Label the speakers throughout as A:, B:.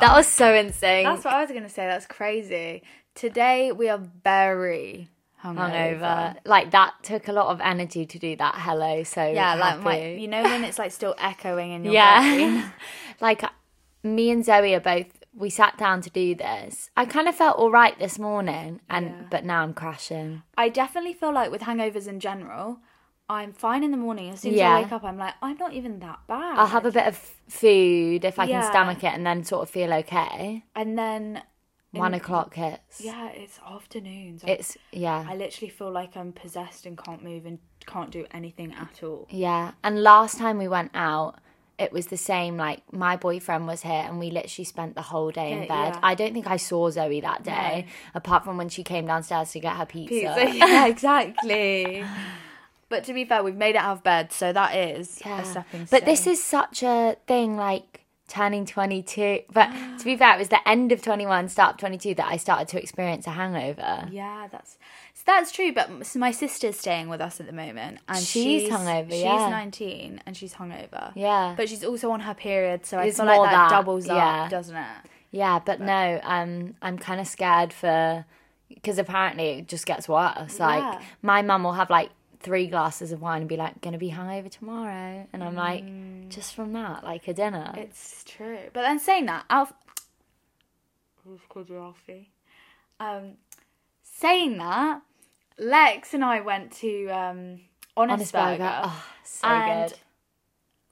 A: was so insane.
B: That's what I was going to say. That's crazy. Today we are very hungover.
A: hungover. Like that took a lot of energy to do that hello. So
B: Yeah, like my,
A: happy.
B: you know when it's like still echoing in your brain.
A: yeah. like me and Zoe are both we sat down to do this. I kind of felt all right this morning and but now I'm crashing.
B: I definitely feel like with hangovers in general, I'm fine in the morning. As soon as
A: Yeah.
B: I wake up, I'm like, I'm not even that bad.
A: I'll have a bit of food if I can
B: Yeah.
A: stomach it and then sort of feel okay.
B: and then
A: One o'clock hits.
B: yeah, it's afternoons. I-
A: It's yeah.
B: I literally feel like I'm possessed and can't move and can't do anything at all.
A: Yeah. And last time we went out, it was the same. Like, my boyfriend was here and we literally spent the whole day in
B: Yeah,
A: bed.
B: yeah.
A: I don't think I saw Zoe that day, apart from when she came downstairs to get her pizza.
B: yeah, exactly. But to be fair, we've made it out of bed, so that is
A: Yeah.
B: a stepping stone.
A: But this is such a thing, like turning 22. But to be fair, it was the end of 21, start of 22 that I started to experience a hangover.
B: yeah, that's so that's true. But m- so my sister's staying with us at the moment, and
A: She's
B: she's,
A: hungover,
B: She's
A: yeah.
B: nineteen and she's hungover.
A: Yeah.
B: but she's also on her period, so
A: It's
B: I feel
A: more
B: like that,
A: that,
B: doubles
A: yeah.
B: up, doesn't it?
A: Yeah, but, no, um, I'm kind of scared for because apparently it just gets worse. Like
B: Yeah.
A: my mum will have like three glasses of wine and be like, "Gonna be hungover tomorrow," and I'm like, just from that, like a dinner.
B: Mm. It's true. But then saying that, Alf. Who's called you Alfie? Um, saying that, Lex and I went to um,
A: Honest
B: Honest,
A: burger,
B: Burger.
A: oh, so
B: and
A: good.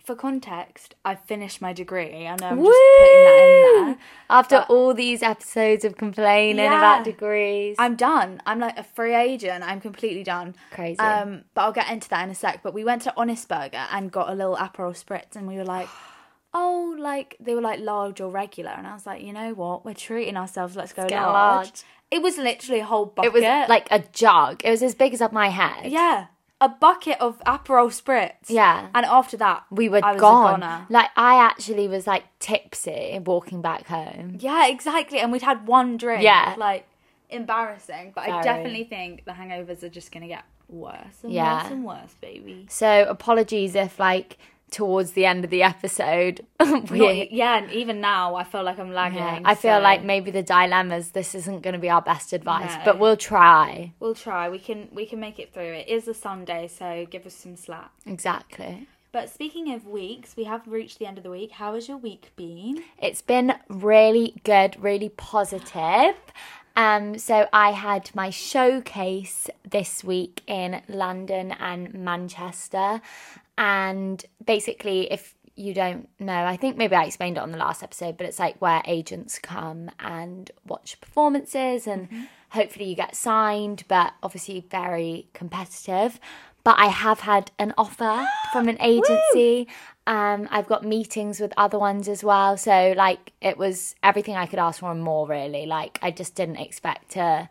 B: for context, I finished my degree. I know I'm just putting that in
A: Woo!
B: there.
A: After
B: But-
A: all these episodes of complaining
B: Yeah.
A: about degrees,
B: I'm done. I'm like a free agent. I'm completely done.
A: Crazy.
B: Um, but I'll get into that in a sec. But we went to Honest Burger and got a little Aperol Spritz, and we were like, oh, like they were like large or regular, and I was like, you know what? We're treating ourselves. Let's go
A: get
B: large.
A: large.
B: It was literally a whole
A: it
B: bucket.
A: was like a jug. It was as big as up my head.
B: yeah, a bucket of Aperol Spritz.
A: Yeah.
B: and after that,
A: We were
B: I was a
A: gone.
B: goner.
A: Like I actually was like tipsy walking back home.
B: Yeah, exactly. And we'd had one drink.
A: Yeah.
B: Like, embarrassing. But I
A: Very.
B: definitely think the hangovers are just going to get worse and
A: Yeah.
B: worse and worse, baby.
A: So apologies if like towards the end of the episode we
B: Not- e-, yeah, and even now, I feel like I'm lagging.
A: yeah, I feel
B: so
A: like maybe the dilemmas this isn't going to be our best advice,
B: No.
A: but we'll try.
B: We'll try. We can we can make it through. It is a Sunday, so give us some slack.
A: Exactly.
B: But speaking of weeks, we have reached the end of the week. How has your week been?
A: It's been really good, really positive. Um, so I had my showcase this week in London and Manchester. And basically, if you don't know, I think maybe I explained it on the last episode, but it's like where agents come and watch performances, and hopefully you get signed, but obviously very competitive. But I have had an offer from an agency. Um, I've got meetings with other ones as well. So, like, it was everything I could ask for and more, really. Like, I just didn't expect to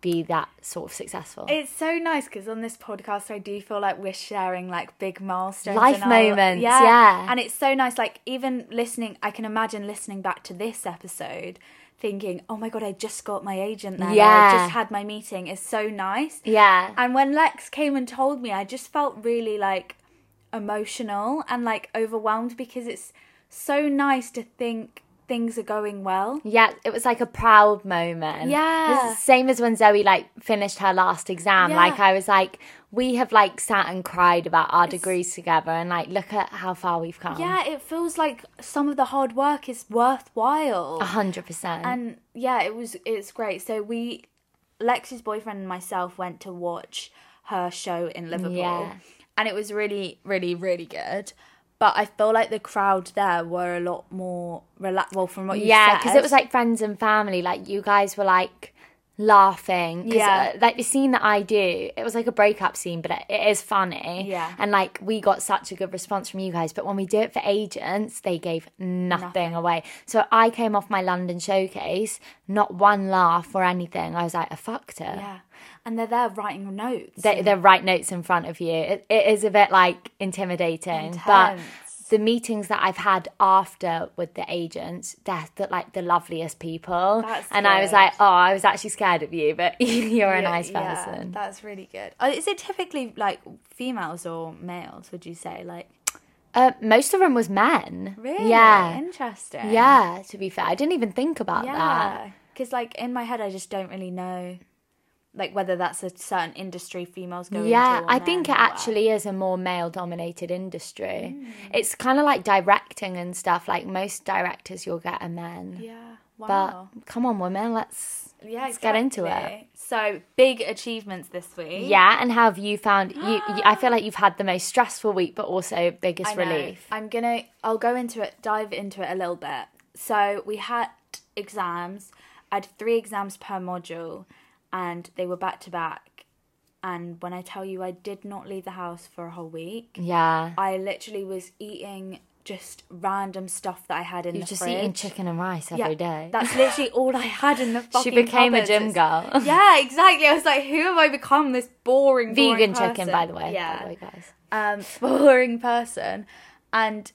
A: be that sort of successful.
B: It's so nice because on this podcast, I do feel like we're sharing like big milestones,
A: Life
B: in our-
A: moments, yeah.
B: And it's so nice, like even listening, I can imagine listening back to this episode, thinking, "Oh my god, I just got my agent there. or,
A: Yeah.
B: I just had my meeting. It's so nice."
A: yeah.
B: And when Lex came and told me, I just felt really like emotional and like overwhelmed because it's so nice to think things are going well.
A: Yeah, it was like a proud moment.
B: Yeah.
A: It's the same as when Zoe like finished her last exam.
B: Yeah.
A: Like I was like, we have like sat and cried about our degrees together and like look at how far we've come.
B: Yeah, it feels like some of the hard work is worthwhile.
A: A hundred percent.
B: and yeah it was it's great so we lex's boyfriend and myself went to watch her show in liverpool
A: Yeah.
B: and it was really really really good but i feel like the crowd there were a lot more relaxed well from what you
A: Yeah,
B: said
A: because it was like friends and family. Like you guys were like laughing. 'Cause,
B: Yeah.
A: uh, like the scene that I do, it was like a breakup scene, but it, it is funny.
B: Yeah.
A: And like we got such a good response from you guys, but when we do it for agents, they gave nothing, away. So I came off my London showcase, not one laugh or anything. I was like, I fucked her.
B: yeah and they're there writing notes
A: They, they write notes in front of you. It, it is a bit like intimidating, but
B: Intense.
A: the meetings that I've had after with the agents, they're, the- like the loveliest people.
B: That's
A: and I was
B: good.
A: like, oh, I was actually scared of you, but you're a
B: Yeah,
A: nice
B: yeah,
A: person.
B: Uh, that's really good Oh, is it typically like females or males would you say like
A: Uh, most of them was men.
B: Really?
A: Yeah.
B: Interesting.
A: Yeah, to be fair. I didn't even think about that.
B: Yeah. Because, like, in my head, I just don't really know, like, whether that's a certain industry females go
A: Yeah,
B: into. or
A: I think it
B: men or what.
A: actually is a more male dominated industry.
B: Hmm.
A: It's kind of like directing and stuff. Like most directors, you'll get a man.
B: Yeah.
A: But
B: Wow.
A: come on, women, let's.
B: yeah,
A: let's get into it.
B: exactly. So, big achievements this week.
A: Yeah, and how have you found you, you? I feel like you've had the most stressful week, but also biggest
B: I know.
A: relief.
B: I'm gonna. I'll go into it. Dive into it a little bit. So we had exams. I had three exams per module, and they were back to back. And when I tell you, I did not leave the house for a whole week.
A: Yeah,
B: I literally was eating just random stuff that I had in
A: you're
B: the
A: just
B: fridge.
A: eating chicken and rice every day.
B: That's literally all I had in the
A: she
B: fucking.
A: became a
B: cupboards.
A: gym
B: It's-
A: girl.
B: Yeah, exactly. I was like, who have I become? This boring, boring
A: Vegan chicken,
B: person?
A: by the way.
B: Yeah
A: By the way, guys.
B: um, boring person. And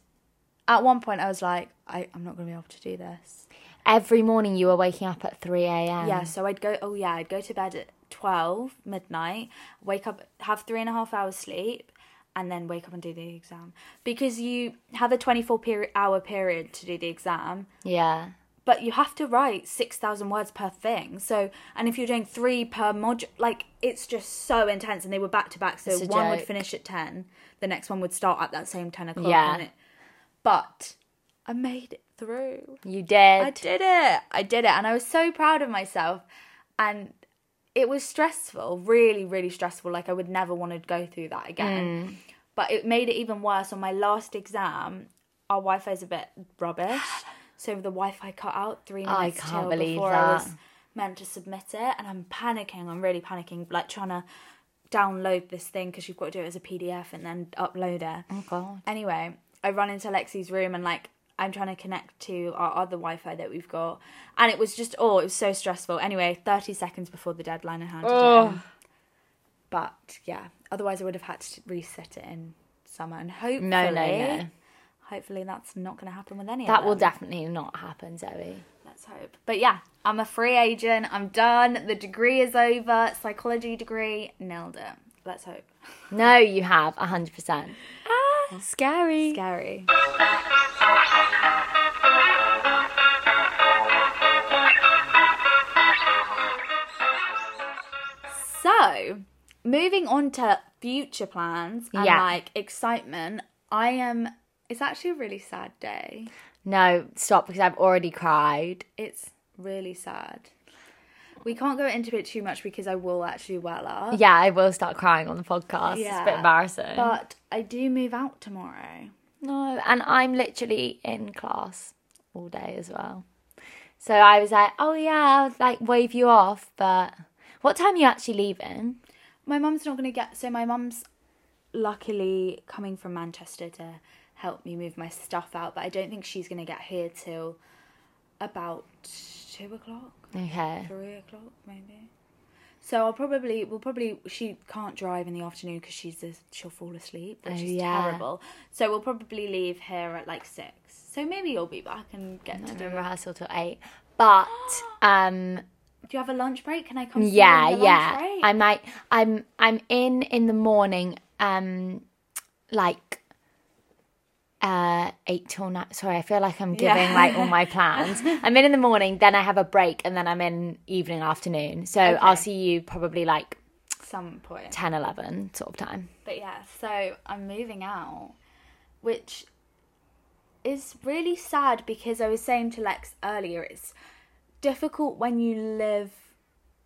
B: at one point, I was like, I, I'm not going to be able to do this.
A: Every morning you were waking up at 3 a.m.
B: Yeah, so I'd go, oh, yeah, I'd go to bed at 12 midnight, wake up, have three and a half hours sleep, and then wake up and do the exam. Because you have a 24 peri- hour period to do the exam,
A: Yeah.
B: but you have to write 6,000 words per thing. So, and if you're doing three per module, like it's just so intense. And they were back to back. So
A: It's a
B: one would
A: joke.
B: finish at 10, the next one would start at that same 10 o'clock.
A: Yeah.
B: and it- but I made it through.
A: You did.
B: I did it. I did it. And I was so proud of myself. And it was stressful, really, really stressful. Like I would never want to go through that again.
A: Mm.
B: But it made it even worse. On my last exam, our Wi Fi is a bit rubbish. So the Wi Fi cut out three minutes
A: I can't
B: till
A: believe
B: before
A: that.
B: I was meant to submit it. And I'm panicking. I'm really panicking, like trying to download this thing because you've got to do it as a PDF and then upload it.
A: Oh, God.
B: Anyway, I run into Lexi's room and like I'm trying to connect to our other Wi-Fi that we've got, and it was just oh, it was so stressful. Anyway, 30 seconds before the deadline, I handed it. In. But yeah, otherwise I would have had to reset it in summer, and hopefully,
A: No, no, no.
B: hopefully that's not going to happen with any.
A: That
B: of
A: will
B: them.
A: definitely not happen, Zoe.
B: Let's hope. But yeah, I'm a free agent. I'm done. The degree is over. Psychology degree nailed it. Let's hope.
A: No, you have, 100%. Ah, scary.
B: Scary. So, moving on to future plans and
A: Yeah.
B: like excitement, I am. It's actually a really sad day.
A: No, stop, because I've already cried.
B: It's really sad. We can't go into it too much because I will actually well up.
A: Yeah, I will start crying on the podcast. It's a bit
B: Yeah,
A: embarrassing.
B: But I do move out tomorrow.
A: No, and I'm literally in class all day as well. So I was like, oh yeah, I'll like wave you off, but what time are you actually leaving?
B: my mum's not going to get so my mum's luckily coming from manchester to help me move my stuff out but i don't think she's going to get here till about two o'clock
A: Okay.
B: three o'clock maybe so i'll probably we'll probably she can't drive in the afternoon because she's a, she'll fall asleep which
A: Oh,
B: is
A: yeah.
B: terrible so we'll probably leave here at like six so maybe you'll be back and get to
A: I'm
B: do
A: in rehearsal till eight. But um
B: do you have a lunch break can i come see you
A: yeah,
B: on the lunch
A: yeah.
B: break?
A: I might I'm I'm in in the morning, um like uh eight till nine sorry, I feel like I'm
B: Yeah.
A: giving like all my plans. I'm in in the morning, then I have a break and then I'm in evening afternoon. So I'll
B: Okay.
A: see you probably like
B: some point
A: 10 11 sort of time
B: But yeah, so I'm moving out, which is really sad because I was saying to Lex earlier, it's difficult when you live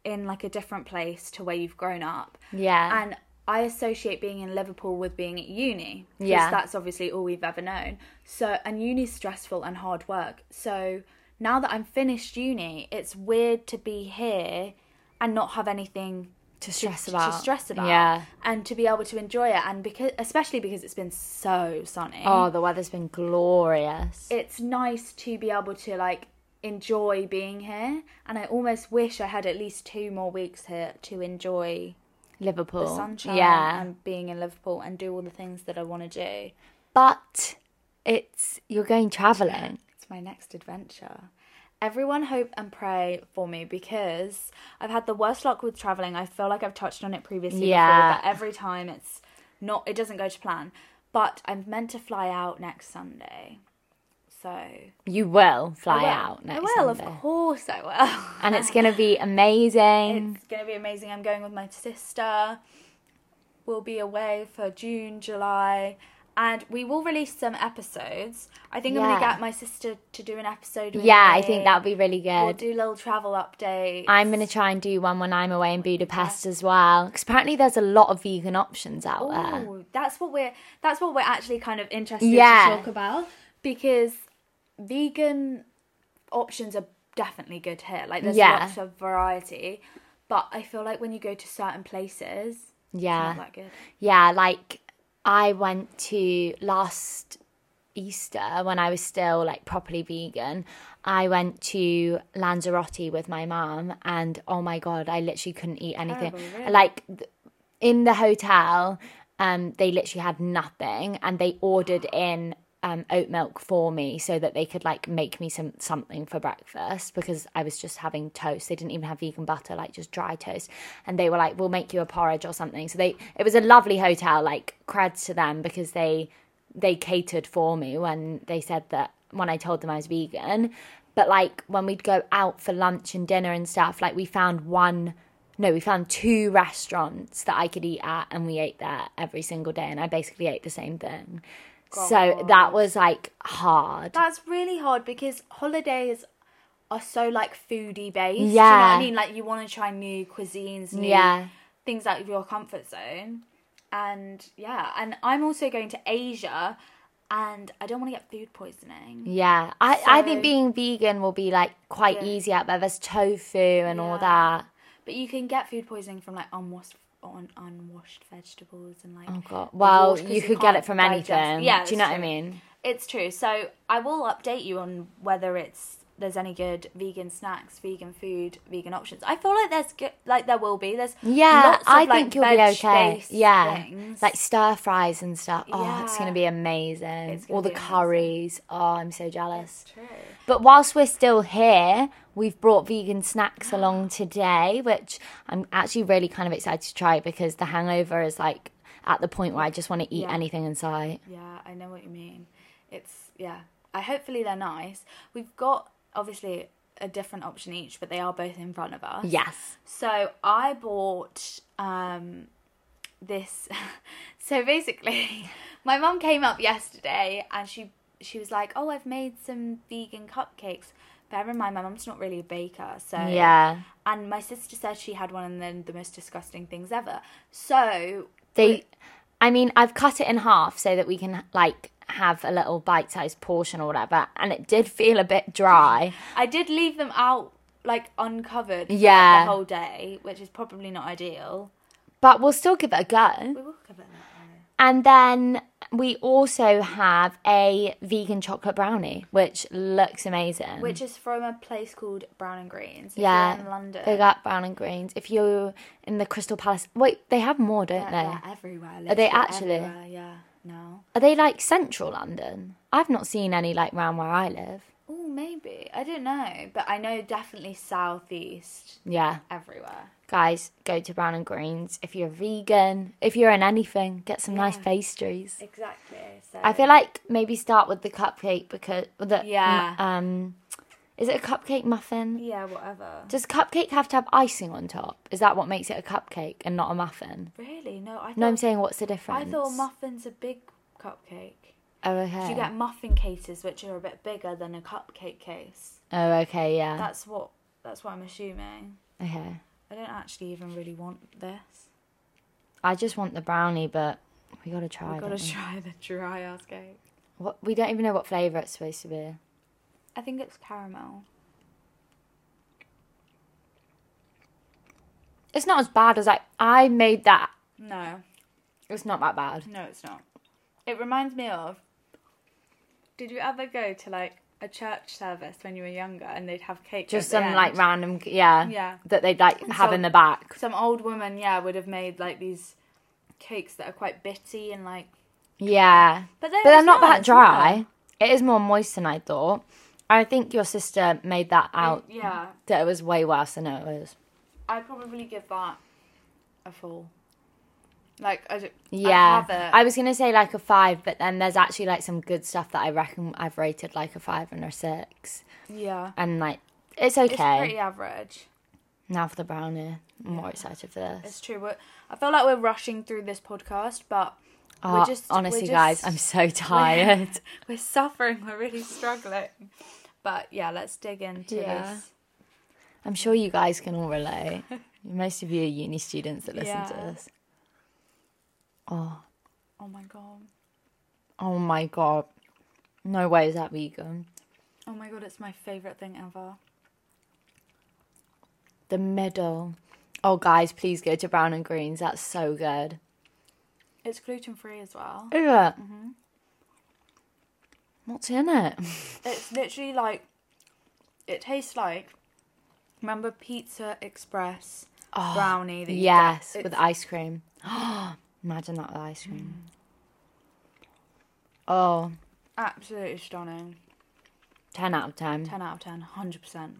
B: in like a different place to where you've grown up.
A: yeah
B: And I associate being in Liverpool with being at uni. 'cause
A: Yeah.
B: That's obviously all we've ever known. So, and uni's stressful and hard work. So now that I'm finished uni, it's weird to be here and not have anything
A: to stress
B: to-
A: about
B: to stress about
A: yeah
B: and to be able to enjoy it and because especially because it's been so sunny
A: oh the weather's been glorious
B: it's nice to be able to like enjoy being here and i almost wish i had at least two more weeks here to enjoy
A: liverpool
B: the sunshine
A: yeah
B: and being in liverpool and do all the things that i want to do
A: but it's you're going traveling
B: It's my next adventure. Everyone hope and pray for me because I've had the worst luck with traveling. I feel like I've touched on it previously
A: Yeah.
B: before, but every time it's not it doesn't go to plan. But I'm meant to fly out next Sunday. So
A: You will
B: I
A: fly
B: will.
A: out next
B: I will,
A: Sunday.
B: of course I will.
A: And it's going to be amazing.
B: It's gonna be amazing. I'm going with my sister. We'll be away for June, July, and we will release some episodes. I think I'm
A: Yeah.
B: gonna get my sister to do an episode. With
A: yeah, I
B: me.
A: think that would be really good.
B: We'll do little travel updates.
A: I'm going to try and do one when I'm away in Budapest as well. Because apparently there's a lot of vegan options out there.
B: Ooh, that's what we're that's what we're actually kind of interested
A: Yeah.
B: to talk about because vegan options are definitely good here. Like there's
A: Yeah.
B: lots of variety, but I feel like when you go to certain places, it's
A: Yeah.
B: not that good.
A: Yeah, like I went to last Easter when I was still like properly vegan. I went to Lanzarote with my mum, and oh my god, I literally couldn't eat anything.
B: Terrible, really?
A: Like th- in the hotel, um, they literally had nothing, and they ordered in. Um, oat milk for me so that they could like make me some something for breakfast because I was just having toast. They didn't even have vegan butter, like just dry toast. And they were like, "We'll make you a porridge or something." So they it was a lovely hotel. Like creds to them because they they catered for me when they said that when I told them I was vegan. But like when we'd go out for lunch and dinner and stuff, like we found one no, we found two restaurants that I could eat at and we ate there every single day and I basically ate the same thing. So that was like hard.
B: That's really hard because holidays are so like foodie based. Do you know
A: Yeah.
B: what I mean? Like you want to try new cuisines, new
A: Yeah.
B: things out of your comfort zone. And yeah, and I'm also going to Asia and I don't want to get food poisoning.
A: Yeah. I, I think
B: So-
A: being vegan will be like quite
B: Yeah.
A: easy out there. There's tofu and all
B: Yeah.
A: that.
B: But you can get food poisoning from like unwashed on unwashed vegetables and like
A: Oh god. Well,
B: wash 'cause
A: you
B: you
A: could get
B: can't
A: it from
B: digest-
A: anything.
B: Yeah,
A: Do you
B: that's
A: know what I
B: true.
A: mean?
B: It's true. So I will update you on whether it's there's any good vegan snacks, vegan food, vegan options. I feel like there's good, like there will be. There's
A: Yeah,
B: lots of,
A: I
B: like,
A: think you'll be okay.
B: veg-based
A: Yeah,
B: things.
A: like stir fries and stuff. Oh, it's gonna
B: Yeah.
A: be amazing.
B: It's gonna
A: All the
B: be amazing.
A: curries. Oh, I'm so jealous.
B: true.
A: But whilst we're still here, we've brought vegan snacks along today, which I'm actually really kind of excited to try because the hangover is like at the point where I just want to eat
B: Yeah.
A: anything in sight.
B: Yeah, I know what you mean. It's yeah. I hopefully they're nice. We've got obviously a different option each, but they are both in front of us.
A: Yes.
B: So I bought um, this. so basically, my mum came up yesterday and she she was like, "Oh, I've made some vegan cupcakes." Bear in mind, my mum's not really a baker, so
A: Yeah.
B: And my sister said she had one and then the most disgusting things ever. So
A: They, I mean, I've cut it in half so that we can like have a little bite sized portion or whatever. And it did feel a bit dry.
B: I did leave them out like uncovered
A: Yeah.
B: the whole day, which is probably not ideal.
A: but we'll still give it a go.
B: We will cover
A: Mm.
B: that.
A: And then we also have a vegan chocolate brownie, which looks amazing.
B: Which is from a place called Brown and Greens. if you're
A: yeah,
B: in London.
A: They got brown and greens. If you're in the Crystal Palace, wait, they have more, don't
B: They're-
A: they?
B: they're everywhere.
A: they
B: literally
A: actually?
B: everywhere, Yeah. No.
A: Are they like central London? I've not seen any like round where I live.
B: Oh, maybe I don't know, but I know definitely southeast
A: Yeah,
B: everywhere.
A: guys, go to Brown and Greens if you're vegan. If you're in anything, get some nice
B: Yeah.
A: pastries.
B: Exactly. So
A: I feel like maybe start with the cupcake because the
B: Yeah.
A: um, is it a cupcake muffin?
B: yeah, whatever.
A: Does cupcake have to have icing on top? Is that what makes it a cupcake and not a muffin?
B: Really? No, I thought,
A: No, I'm saying what's the
B: I
A: difference?
B: thought muffins a big cupcake.
A: Oh, okay.
B: You get muffin cases, which are a bit bigger than a cupcake case.
A: Oh, okay, yeah.
B: That's what. That's what I'm assuming.
A: okay.
B: I don't actually even really want this.
A: I just want the brownie, but we gotta try.
B: I've got
A: don't we?
B: to try the dry ass cake.
A: What we don't even know what flavour it's supposed to be.
B: I think it's caramel.
A: It's not as bad as like I made that.
B: No,
A: It's not that bad.
B: No, it's not. It reminds me of. Did you ever go to like a church service when you were younger and they'd have cake?
A: Just
B: at
A: some
B: the
A: like
B: end?
A: random, yeah,
B: Yeah.
A: that they'd like have
B: So-
A: in the back.
B: Some old woman, yeah, would have made like these cakes that are quite bitty and like.
A: Yeah,
B: But they're,
A: but they're not that
B: nice,
A: dry. It is more moist than I thought. I think your sister made that
B: yeah.
A: out
B: Yeah,
A: that it was way worse than it was.
B: I'd probably give that a four. Like I don't,
A: Yeah.
B: I have it.
A: I was going to say like a five, but then there's actually like some good stuff that I reckon I've rated like a five and a six.
B: yeah.
A: And like, it's
B: It's
A: okay.
B: pretty average.
A: Now for the brownie. I'm more excited for this.
B: It's true. We're, I feel like we're rushing through this podcast, but
A: Ah,
B: we're just
A: honestly,
B: we're
A: guys,
B: just-
A: I'm so tired.
B: we're suffering. We're really struggling. But yeah, let's dig into
A: Yeah.
B: this.
A: I'm sure you guys can all relate. Most of you are uni students that listen to
B: Yeah.
A: this. Oh,
B: Oh my god.
A: oh my god. No way is that vegan.
B: Oh my god, it's my favorite thing ever.
A: The middle. Oh, guys, please go to Brown and Greens. That's so good.
B: It's gluten free as well.
A: Is it?
B: Mm-hmm.
A: What's in it?
B: It's literally like it tastes like remember Pizza Express brownie that you
A: Oh, yes,
B: get?
A: with
B: It's-
A: ice cream. Imagine that with ice cream. Oh,
B: absolutely stunning.
A: 10 out of 10.
B: 10 out of 10, 100%.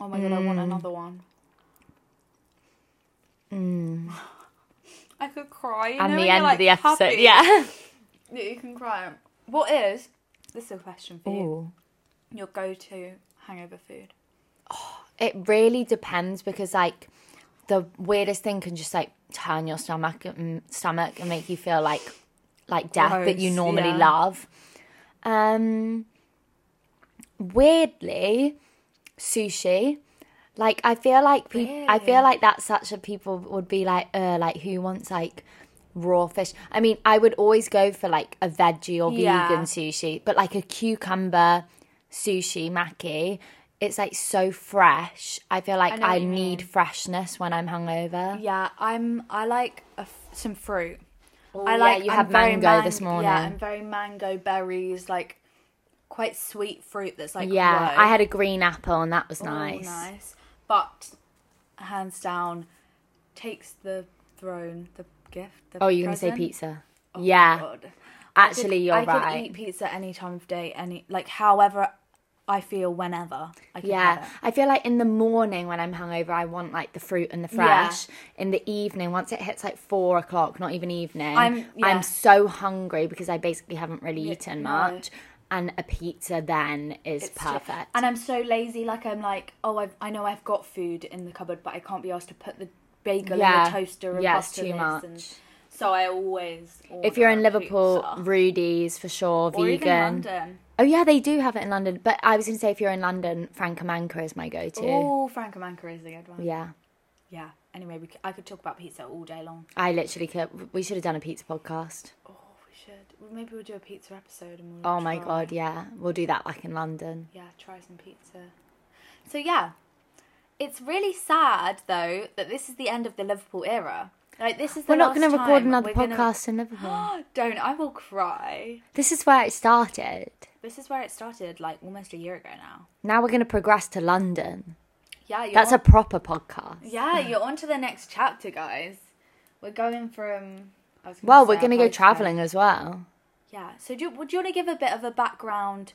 B: Oh my god, I want another one. Mm. I could cry. You
A: and the
B: know, when you're,
A: end
B: like,
A: of the episode.
B: happy
A: Yeah.
B: that you can cry. What is, this is a question for you,
A: Ooh.
B: your go to hangover food?
A: It really depends because like the weirdest thing can just like turn your stomach and mm, stomach and make you feel like like death that you
B: Gross,
A: normally
B: yeah.
A: love. Um weirdly sushi like I feel like pe- I feel
B: Really?
A: like that's such a people would be like uh like who wants like raw fish. I mean, I would always go for like a veggie or
B: Yeah.
A: vegan sushi, but like a cucumber sushi maki, it's like so fresh. I feel like
B: know
A: I,
B: what you
A: need freshness when I'm hungover.
B: Yeah, I'm. I like a f- some fruit.
A: yeah,
B: I like.
A: you
B: I'm
A: had
B: very
A: mango this
B: Yeah,
A: morning.
B: I'm very mango berries, like quite sweet fruit. That's like
A: Yeah,
B: Whoa.
A: I had a green apple and that was
B: Ooh,
A: nice.
B: Oh, nice, but hands down takes the throne, the gift. The
A: Oh, you're going to say
B: present.
A: pizza. yeah.
B: God.
A: Actually, you're
B: Oh, I could
A: right.
B: eat pizza any time of day, any like however I feel, whenever. I can have
A: Yeah,
B: it.
A: I feel like in the morning when I'm hungover, I want like the fruit and the fresh. In the evening, once it hits like four o'clock, not even evening,
B: I'm- yeah.
A: I'm so hungry because I basically haven't really eaten
B: no.
A: much, and a pizza then is
B: It's ju-
A: perfect.
B: and I'm so lazy. Like I'm like, oh, I've, I know I've got food in the cupboard, but I can't be asked to put the bagel
A: Yeah.
B: in the toaster and
A: Yeah, it's
B: butter
A: too
B: this.
A: much.
B: And so I always.
A: if you're
B: order
A: in Liverpool,
B: pizza.
A: Rudy's for sure,
B: or even
A: vegan.
B: London,
A: Oh yeah, they do have it in London. But I was gonna say if you're in London, Francomanca is my go-to.
B: oh, Francomanca is a good one. Yeah.
A: Yeah,
B: Anyway, we c- I could talk about pizza all day long.
A: I literally could. We should have done a pizza podcast.
B: Oh, we should. Maybe we'll do a pizza episode. And we'll
A: Oh my
B: try-
A: god, yeah, we'll do that back in London.
B: Yeah, try some pizza. So yeah, it's really sad though that this is the end of the Liverpool era. Like this is the
A: We're not
B: going to
A: record another podcast in Liverpool.
B: Don't I will cry.
A: This is where it started.
B: This is where it started, like almost a year ago now.
A: Now we're going to progress to London.
B: Yeah, you're
A: That's a
B: on-
A: proper podcast.
B: yeah. You're on to the next chapter, guys. We're going from. I was gonna
A: Well,
B: say
A: we're
B: a
A: going to go
B: high to-
A: traveling as well.
B: Yeah. So do you, would you want to give a bit of a background?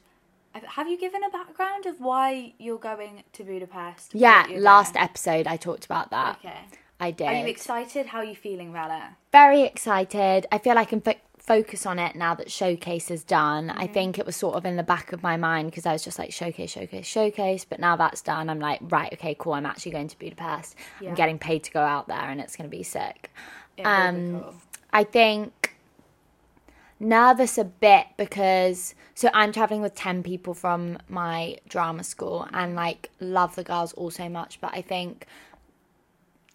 B: Have you given a background of why you're going to Budapest?
A: Yeah,
B: What you're
A: last
B: doing?
A: episode I talked about that.
B: Okay.
A: I did.
B: Are you excited? How are you feeling about it?
A: Very excited. I feel I can fo- focus on it now that showcase is done. I
B: Mm-hmm.
A: think it was sort of in the back of my mind because I was just like showcase, showcase, showcase. But now that's done, I'm like, right, okay, cool. I'm actually going to Budapest.
B: Yeah.
A: I'm getting paid to go out there and it's going to be sick.
B: It will be
A: Um,
B: cool.
A: I think nervous a bit because so I'm traveling with 10 people from my drama school and like love the girls all so much but I think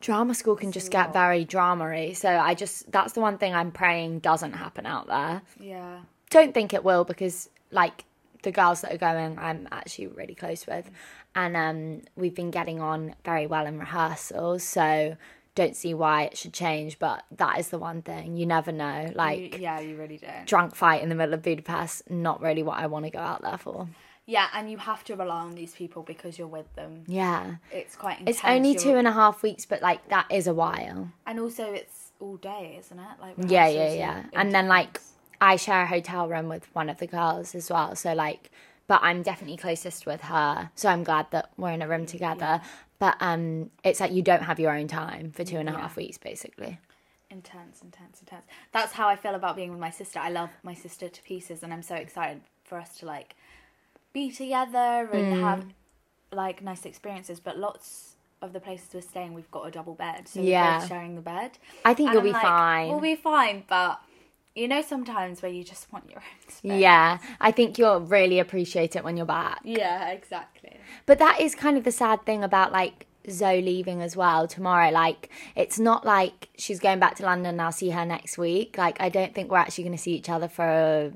A: drama school can just get very dramery so I just that's the one thing I'm praying doesn't happen out there
B: Yeah.
A: don't think it will because like the girls that are going I'm actually really close with and um we've been getting on very well in rehearsals so don't see why it should change but that is the one thing you never know like
B: You- yeah, you really don't.
A: drunk fight in the middle of Budapest not really what I want to go out there for
B: Yeah, and you have to rely on these people because you're with them.
A: yeah
B: It's quite intense.
A: it's only
B: you're-
A: two and a half weeks but like that is a while
B: and also it's all day, isn't it? Like
A: Yeah, yeah,
B: rehearsals
A: yeah.
B: in-
A: And then like I share a hotel room with one of the girls as well. So like but I'm definitely closest with her. So I'm glad that we're in a room together. But um it's like you don't have your own time for two and a half weeks basically.
B: Intense, intense, intense. That's how I feel about being with my sister. I love my sister to pieces, and I'm so excited for us to like be together
A: Hmm.
B: and have like nice experiences. But lots of the places we're staying, we've got a double bed, so we're
A: Yeah.
B: both sharing the bed.
A: I think
B: And
A: you'll
B: I'm
A: be
B: like,
A: fine.
B: We'll be fine, but you know, sometimes where you just want your own space.
A: yeah, I think you'll really appreciate it when you're back.
B: Yeah, exactly.
A: But that is kind of the sad thing about like Zoe leaving as well tomorrow. Like, it's not like she's going back to London and I'll see her next week. Like, I don't think we're actually going to see each other for a,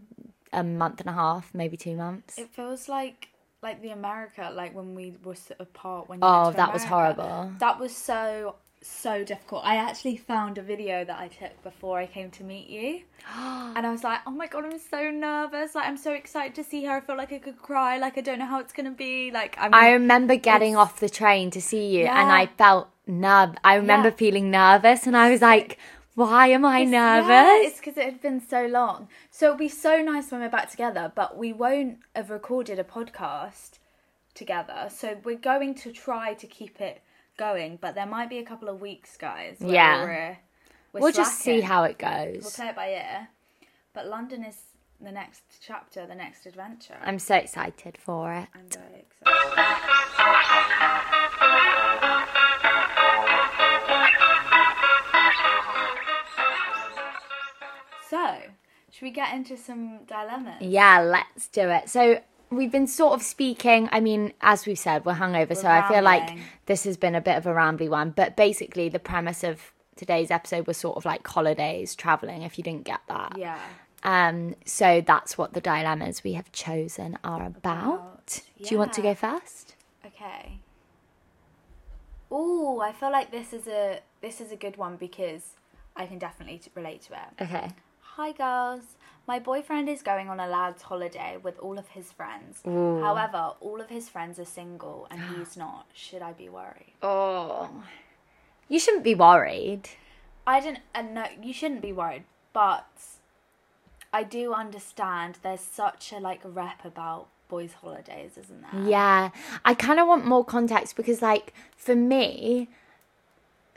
A: a month and a half, maybe two months.
B: It feels like like the America, like when we were s- apart. When you
A: Oh,
B: went to
A: that was
B: America.
A: horrible.
B: That was so so difficult. I actually found a video that I took before I came to meet you, and I was like, oh my god, I'm so nervous. Like I'm so excited to see her. I feel like I could cry. Like I don't know how it's gonna be. Like I'm.
A: I remember getting
B: It's-
A: off the train to see you and
B: Yeah.
A: I felt nerve. I remember
B: Yeah.
A: feeling nervous and I was like, why am I
B: It's-
A: nervous?
B: yeah, it's because it had been so long. So it'll be so nice when we're back together, but we won't have recorded a podcast together. So we're going to try to keep it going, but there might be a couple of weeks, guys. where
A: Yeah.
B: we're, we're
A: we'll just see
B: slacking.
A: how it
B: We'll
A: goes.
B: play it by ear. But London is the next chapter, the next adventure.
A: I'm so excited for it.
B: I'm very excited. So, should we get into some dilemmas?
A: Yeah, let's do it. So we've been sort of speaking. I mean, as we've said, we're hungover, so I feel like
B: rambling.
A: this has been a bit of a rambly one. But basically, the premise of today's episode was sort of like holidays, traveling. If you didn't get that,
B: Yeah.
A: um, so that's what the dilemmas we have chosen are about.
B: About,
A: Do you want to
B: yeah.
A: go first?
B: Okay. Ooh, I feel like this is a this is a good one because I can definitely t- relate to it.
A: Okay.
B: Hi, girls. My boyfriend is going on a lad's holiday with all of his friends. However, all of his friends are single and he's not. Should I be worried?
A: Oh, you shouldn't be worried.
B: I don't. Uh, no, you shouldn't be worried, but I do understand. There's such a like rep about boys' holidays, isn't there?
A: Yeah. I kind of want more context because, like, for me,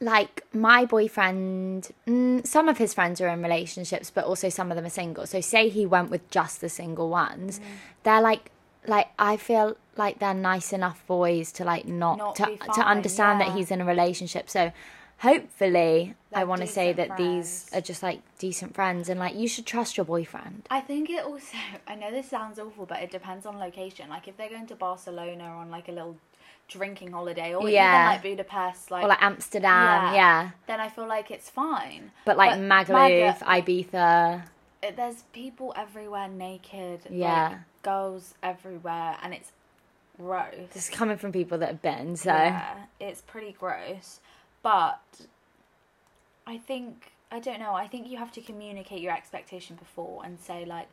A: like, my boyfriend, mm, some of his friends are in relationships, but also some of them are single. So, say he went with just the single ones,
B: Mm.
A: they're like, like I feel like they're nice enough boys to like not,
B: Not
A: to
B: be
A: to
B: fine,
A: understand that
B: yeah.
A: he's in a relationship. So hopefully, I
B: They're
A: want to say
B: decent
A: that these
B: friends.
A: are just like decent friends and like you should trust your boyfriend.
B: I think it also. I know this sounds awful, but it depends on location. Like if they're going to Barcelona on like a little drinking holiday, or
A: Yeah.
B: even like Budapest, like,
A: Or like Amsterdam,
B: Yeah.
A: yeah.
B: then I feel like it's fine.
A: But like
B: Magaluf-
A: Magaluf, Ibiza.
B: it- there's people everywhere naked.
A: Yeah.
B: Like, girls everywhere, and it's gross.
A: This is coming from people that have been, so
B: Yeah, it's pretty gross. But I think I don't know. I think you have to communicate your expectation before and say like,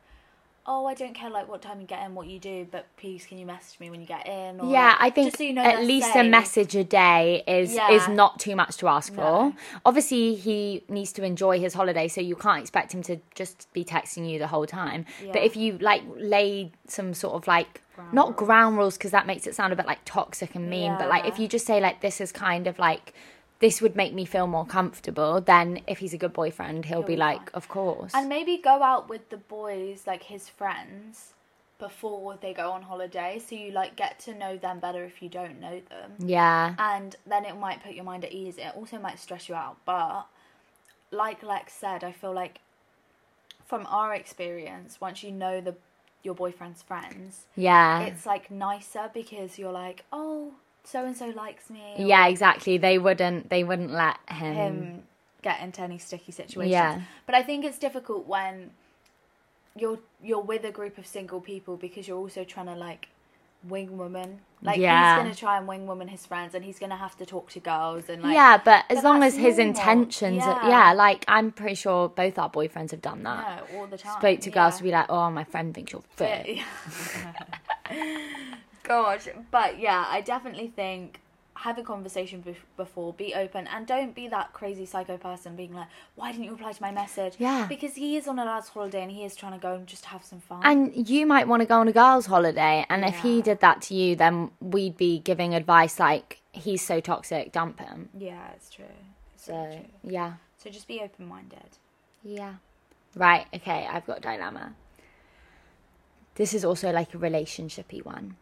B: "Oh, I don't care like what time you get in, what you do, but please can you message me when you get in?" Or,
A: Yeah,
B: like,
A: I think
B: just so you know
A: at
B: they're
A: least a
B: safe.
A: message a day is is
B: Yeah.
A: not too much to ask
B: No.
A: for. Obviously, he needs to enjoy his holiday, so you can't expect him to just be texting you the whole time. But
B: Yeah.
A: if you like lay some sort of like not
B: rules.
A: ground rules because that makes it sound a bit like toxic and mean, but like
B: Yeah.
A: if you just say like this is kind of like this would make me feel more comfortable, then if he's a good boyfriend, he'll, be,
B: be
A: like,
B: fine.
A: of course.
B: And maybe go out with the boys, like his friends, before they go on holiday, so you like get to know them better if you don't know them.
A: yeah.
B: and then it might put your mind at ease. It also might stress you out, but like Lex said, I feel like from our experience, once you know the your boyfriend's friends,
A: Yeah.
B: it's like nicer because you're like, oh, so and so likes me. or
A: Yeah, exactly. They wouldn't. They wouldn't let him.
B: him get into any sticky situations.
A: Yeah.
B: But I think it's difficult when you're you're with a group of single people because you're also trying to like wing woman. Like
A: Yeah.
B: he's gonna try and wing woman his friends and he's gonna have to talk to girls and like
A: yeah, but as
B: but
A: long as
B: that's
A: his
B: normal.
A: intentions, are, yeah.
B: Yeah.
A: like I'm pretty sure both our boyfriends have done that.
B: No, all the time.
A: Spoke to girls to
B: yeah.
A: be like, "Oh, my friend thinks you're fit."
B: Yeah. Gosh, but yeah, I definitely think have a conversation bef- before, be open, and don't be that crazy psycho person being like, "Why didn't you reply to my message?"
A: Yeah.
B: because he is on a lad's holiday and he is trying to go and just have some fun.
A: And you might want to go on a girls' holiday, and if he
B: Yeah.
A: did that to you, then we'd be giving advice like, he's so toxic, dump him.
B: Yeah, it's true. It's really
A: So
B: true.
A: yeah,
B: So just be open minded.
A: yeah. Right. Okay. I've got a dilemma. This is also like a relationshipy one.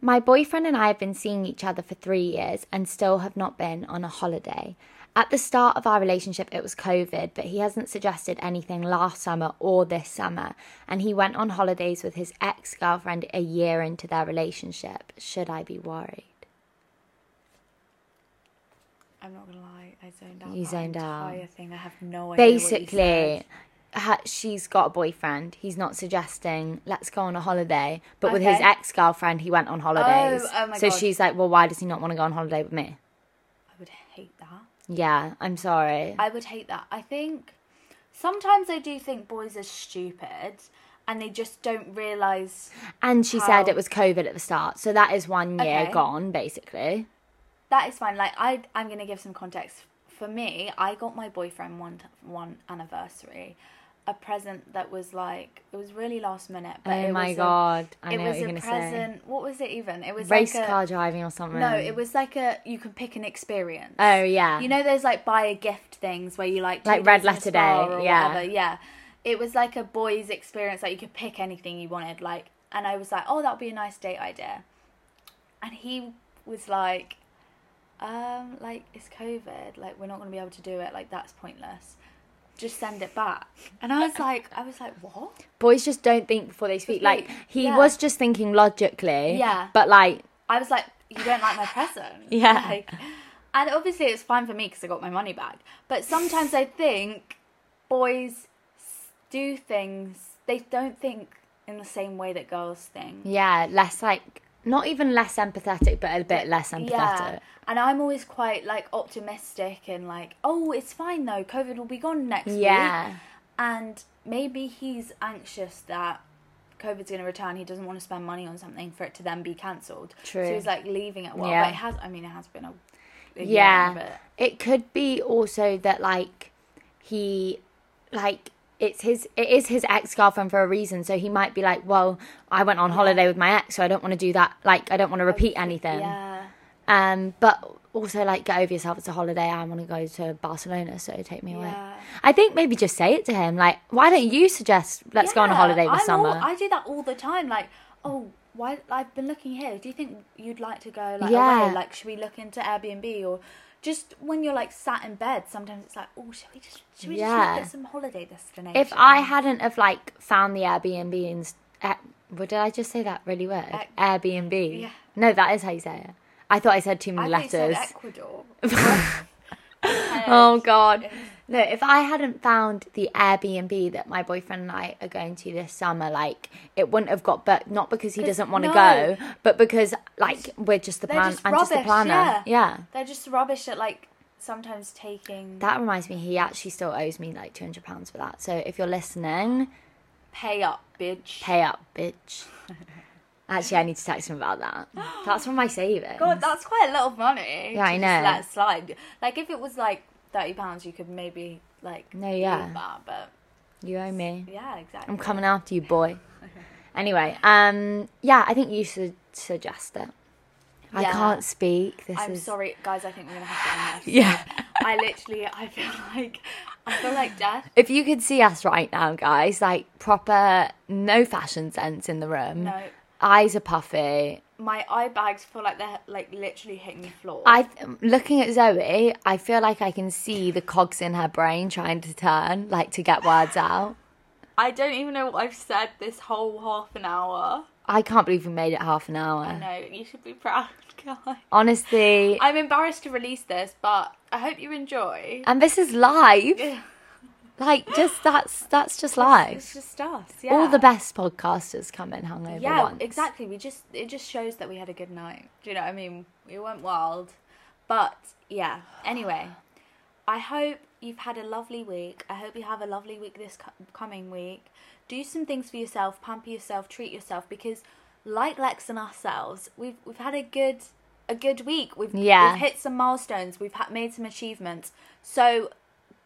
A: My boyfriend and I have been seeing each other for three years and still have not been on a holiday. At the start of our relationship, it was COVID, but he hasn't suggested anything last summer or this summer. And he went on holidays with his ex girlfriend a year into their relationship. Should I be worried?
B: I'm not gonna lie, I zoned out.
A: You
B: that
A: zoned out.
B: entire thing. I have no idea. what you
A: Basically,
B: said.
A: her, she's got a boyfriend. He's not suggesting let's go on a holiday, but with his
B: Okay.
A: ex girlfriend, he went on holidays.
B: oh my
A: so
B: God.
A: she's like, well, why does he not want to go on holiday with me?
B: I would hate that.
A: Yeah, I'm sorry.
B: I would hate that. I think sometimes I do think boys are stupid and they just don't realise
A: And she
B: How-
A: said it was COVID at the start, so that is one year
B: Okay.
A: gone, basically.
B: that is fine. Like I, I'm gonna give some context. For me, I got my boyfriend one t- one anniversary, a present that was like it was really last minute. But
A: oh
B: it
A: my
B: was
A: god,
B: a,
A: I
B: it
A: know
B: was
A: what you're
B: a
A: gonna say.
B: present. What was it even? It was
A: Race
B: like a,
A: car driving or something.
B: No, it was like a you can pick an experience.
A: Oh, yeah.
B: You know those like buy a gift things where you like two
A: Like Red
B: days in a
A: Letter
B: spa
A: Day,
B: or
A: yeah.
B: whatever. Yeah. It was like a boys' experience. Like you could pick anything you wanted. Like, and I was like, oh, that would be a nice date idea. And he was like, um, like it's COVID. Like we're not gonna be able to do it. Like that's pointless. Just send it back. And I was like, I was like, what?
A: Boys just don't think before they speak. Like
B: think-
A: he
B: yeah.
A: was just thinking logically.
B: Yeah.
A: But like
B: I was like, you don't like my present.
A: Yeah.
B: Like, and obviously it's fine for me because I got my money back. But sometimes I think boys do things, they don't think in the same way that girls think.
A: yeah, less like not even less empathetic, but a bit less empathetic.
B: Yeah. And I'm always quite like optimistic and like, oh, it's fine though. COVID will be gone next week.
A: Yeah.
B: And maybe he's anxious that COVID's going to return. He doesn't want to spend money on something for it to then be cancelled.
A: True.
B: So he's like leaving it. Well,
A: Yeah.
B: but it has. I mean, it has been a. a year,
A: Yeah.
B: but-
A: It could be also that like he like it's his it is his ex girlfriend for a reason. So he might be like, Well, I went on holiday with my ex, so I don't want to do that like I don't want to repeat anything.
B: Yeah.
A: Um but also like get over yourself, it's a holiday, I wanna go to Barcelona, so take me away.
B: Yeah.
A: I think maybe just say it to him, like, why don't you suggest let's go on a
B: Yeah,
A: holiday this
B: I'm
A: summer?
B: All, I do that all the time. Like, oh, why? I've been looking here. Do you think you'd like to go like
A: Yeah.
B: away? Like, should we look into Airbnb or just when you're like sat in bed? Sometimes it's like, oh, should we just should we just
A: Yeah.
B: look at some holiday destinations?
A: if I hadn't have like found the Airbnb and uh, what did I just say that really weird?
B: Ac-
A: Airbnb.
B: yeah.
A: No, that is how you say it. I thought I said too
B: I
A: many
B: thought you said
A: letters.
B: Ecuador.
A: oh god. No, if I hadn't found the Airbnb that my boyfriend and I are going to this summer, like it wouldn't have got booked. Not because he
B: 'Cause-
A: doesn't want to
B: no.
A: go, but because like we're just the
B: they're
A: plan.
B: just
A: I'm just the
B: rubbish,
A: planner.
B: yeah.
A: yeah.
B: They're just rubbish at like sometimes taking
A: That reminds me, he actually still owes me like two hundred pounds for that. So if you're listening,
B: pay up, bitch.
A: pay up, bitch. Actually, I need to text him about that. That's from my savings.
B: God, that's quite a lot of money.
A: Yeah, I
B: to just
A: know.
B: Let slide. Like if it was like thirty pounds, you could maybe like
A: No, yeah.
B: leave that, but
A: You owe me.
B: yeah, exactly.
A: I'm coming after you, boy. Anyway, um, yeah, I think you should suggest it. I
B: Yeah.
A: can't speak. This
B: I'm
A: is
B: sorry, guys. I think we're gonna have to end this.
A: yeah.
B: I literally, I feel like, I feel like death.
A: If you could see us right now, guys, like proper no fashion sense in the room.
B: No,
A: Eyes are puffy.
B: my eye bags feel like they're like literally hitting the floor.
A: I looking at Zoe, I feel like I can see the cogs in her brain trying to turn, like to get words out.
B: I don't even know what I've said this whole half an hour.
A: I can't believe we made it half an hour.
B: No, you should be proud, guys.
A: Honestly,
B: I'm embarrassed to release this, but I hope you enjoy.
A: and this is live.
B: Yeah.
A: Like, just that's that's just live.
B: It's just us. Yeah.
A: All the best podcasters come in hungover
B: Yeah,
A: once.
B: exactly. We just it just shows that we had a good night. Do you know what I mean? We weren't wild, but yeah. Anyway, I hope you've had a lovely week. I hope you have a lovely week this co- coming week. Do some things for yourself, pamper yourself, treat yourself because, like Lex and ourselves, we've we've had a good a good week. We've
A: Yeah.
B: we've hit some milestones. We've ha- made some achievements. So.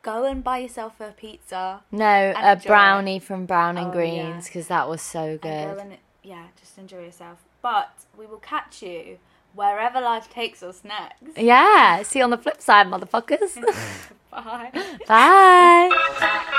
B: Go and buy yourself a pizza.
A: No, a
B: enjoy it.
A: brownie from Brown and
B: Oh, yeah.
A: Greens because that was so
B: and
A: good.
B: go and yeah, just enjoy yourself. But we will catch you wherever life takes us next.
A: Yeah. See you on the flip side, motherfuckers.
B: Bye.
A: Bye.